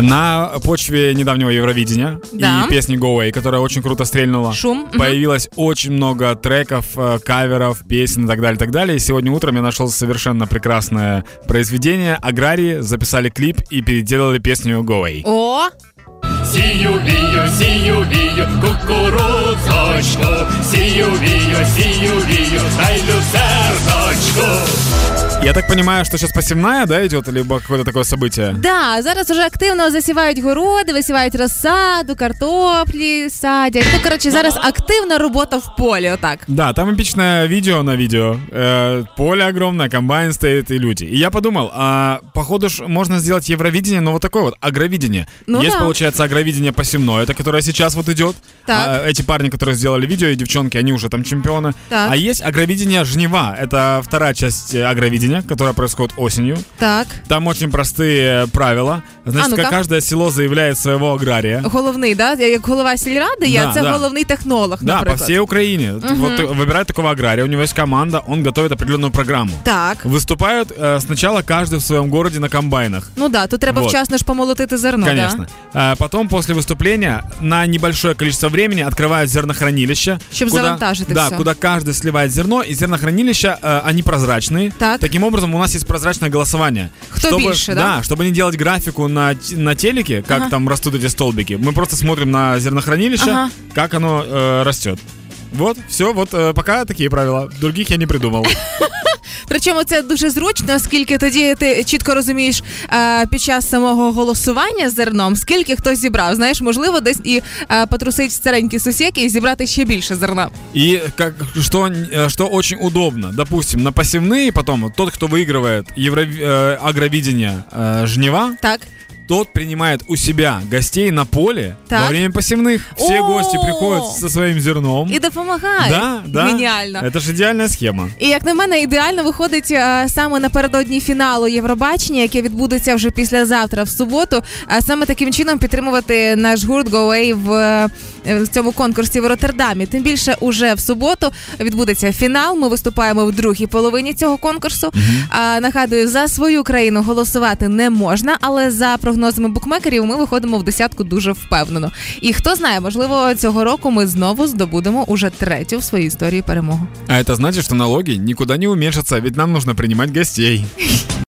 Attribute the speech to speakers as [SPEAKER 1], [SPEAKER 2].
[SPEAKER 1] На почве недавнего Евровидения
[SPEAKER 2] Да.
[SPEAKER 1] и песни Go Away, которая очень круто стрельнула.
[SPEAKER 2] Шум. Мгм.
[SPEAKER 1] Появилось очень много треков, э, каверов, песен и так далее, и так далее. И сегодня утром я нашел совершенно прекрасное произведение. Аграрии записали клип и переделали песню Go Away.
[SPEAKER 2] О,
[SPEAKER 3] Сію вію, сію вію, кукурудзочку, сію вію, сію вію, дай люцерночку.
[SPEAKER 1] Я так понимаю, что сейчас посевная, да, идет, либо какое-то такое событие?
[SPEAKER 2] да, зараз уже активно засівають городи, висівають розсаду, картоплі садять. Ну, коротше, зараз активна робота в полі. Отак.
[SPEAKER 1] Да, там эпичное видео на видео. Э, поле огромное, комбайн стоит и люди. И я подумал, а походу ж можно сделать Евровидение, но вот такое вот, агровидение.
[SPEAKER 2] Ну
[SPEAKER 1] Есть,
[SPEAKER 2] да.
[SPEAKER 1] получается, агровидение посевное, это которое сейчас вот идет.
[SPEAKER 2] Так.
[SPEAKER 1] А, эти парни, которые сделали видео, и девчонки, они уже там чемпионы.
[SPEAKER 2] Так.
[SPEAKER 1] А есть агровидение жнива. Это вторая часть э, агровидения, которая происходит осенью.
[SPEAKER 2] Так.
[SPEAKER 1] Там очень простые правила. Значит,
[SPEAKER 2] А ну-ка.
[SPEAKER 1] как каждое село заявляет своего агрария.
[SPEAKER 2] Головний, да? Я як голова сільради, я
[SPEAKER 1] Да,
[SPEAKER 2] це
[SPEAKER 1] да.
[SPEAKER 2] головний технолог,
[SPEAKER 1] Да, по
[SPEAKER 2] наприклад.
[SPEAKER 1] всей Украине. Вот э, выбирает такого агрария, у него есть команда, он готовит определенную программу.
[SPEAKER 2] Так.
[SPEAKER 1] Выступают э, сначала каждый в своем городе на комбайнах.
[SPEAKER 2] Ну да, тут треба
[SPEAKER 1] Вот.
[SPEAKER 2] вчасно ж помолотити зерно,
[SPEAKER 1] Конечно.
[SPEAKER 2] Ну да?
[SPEAKER 1] А потом, после выступления, на небольшое количество времени открывают зернохранилище.
[SPEAKER 2] Чтоб завантажить и
[SPEAKER 1] Да,
[SPEAKER 2] всё.
[SPEAKER 1] куда каждый сливает зерно, и зернохранилища, э, они прозрачные.
[SPEAKER 2] Так.
[SPEAKER 1] Таким образом, у нас есть прозрачное голосование.
[SPEAKER 2] Кто
[SPEAKER 1] чтобы,
[SPEAKER 2] больше, да?
[SPEAKER 1] чтобы не делать графику на, т- на телеке, как
[SPEAKER 2] Ага.
[SPEAKER 1] там растут эти столбики. Мы просто смотрим на зернохранилище,
[SPEAKER 2] Ага.
[SPEAKER 1] как оно э, растет. Вот, все, вот э, пока такие правила. Других я не придумал.
[SPEAKER 2] Причому це дуже зручно, оскільки тоді ти чітко розумієш е, під час самого голосування з зерном, скільки хтось зібрав. Знаєш, можливо, десь і е, потрусить старенькі сусіки і зібрати ще більше зерна.
[SPEAKER 1] И как, что, э, что очень удобно, допустим, на посевные потом вот тот, кто выигрывает евро, э, агровидение э, жнива,
[SPEAKER 2] Так.
[SPEAKER 1] тот принимает у себя гостей на поле
[SPEAKER 2] Так.
[SPEAKER 1] во время посевных. Все
[SPEAKER 2] О!
[SPEAKER 1] гости приходят со своим зерном.
[SPEAKER 2] І допомагає.
[SPEAKER 1] Да, да.
[SPEAKER 2] Геніально.
[SPEAKER 1] Это же идеальная схема.
[SPEAKER 2] І як на мене, ідеально виходить е, саме напередодні фіналу Євробачення, яке відбудеться вже післязавтра в суботу. А саме таким чином підтримувати наш гурт Go Away в, е, в цьому конкурсі в Роттердамі. Тим більше, уже в суботу відбудеться фінал. Ми виступаємо в другій половині цього конкурсу. А, нагадую, за свою країну голосувати не можна, але за прогнозами букмекерів ми виходимо в десятку дуже впевнено. І хто знає, можливо, цього року ми знову здобудемо уже третю в своїй історії перемогу.
[SPEAKER 1] А это значит, что налоги никуда не уменьшатся, ведь нам нужно принимать гостей.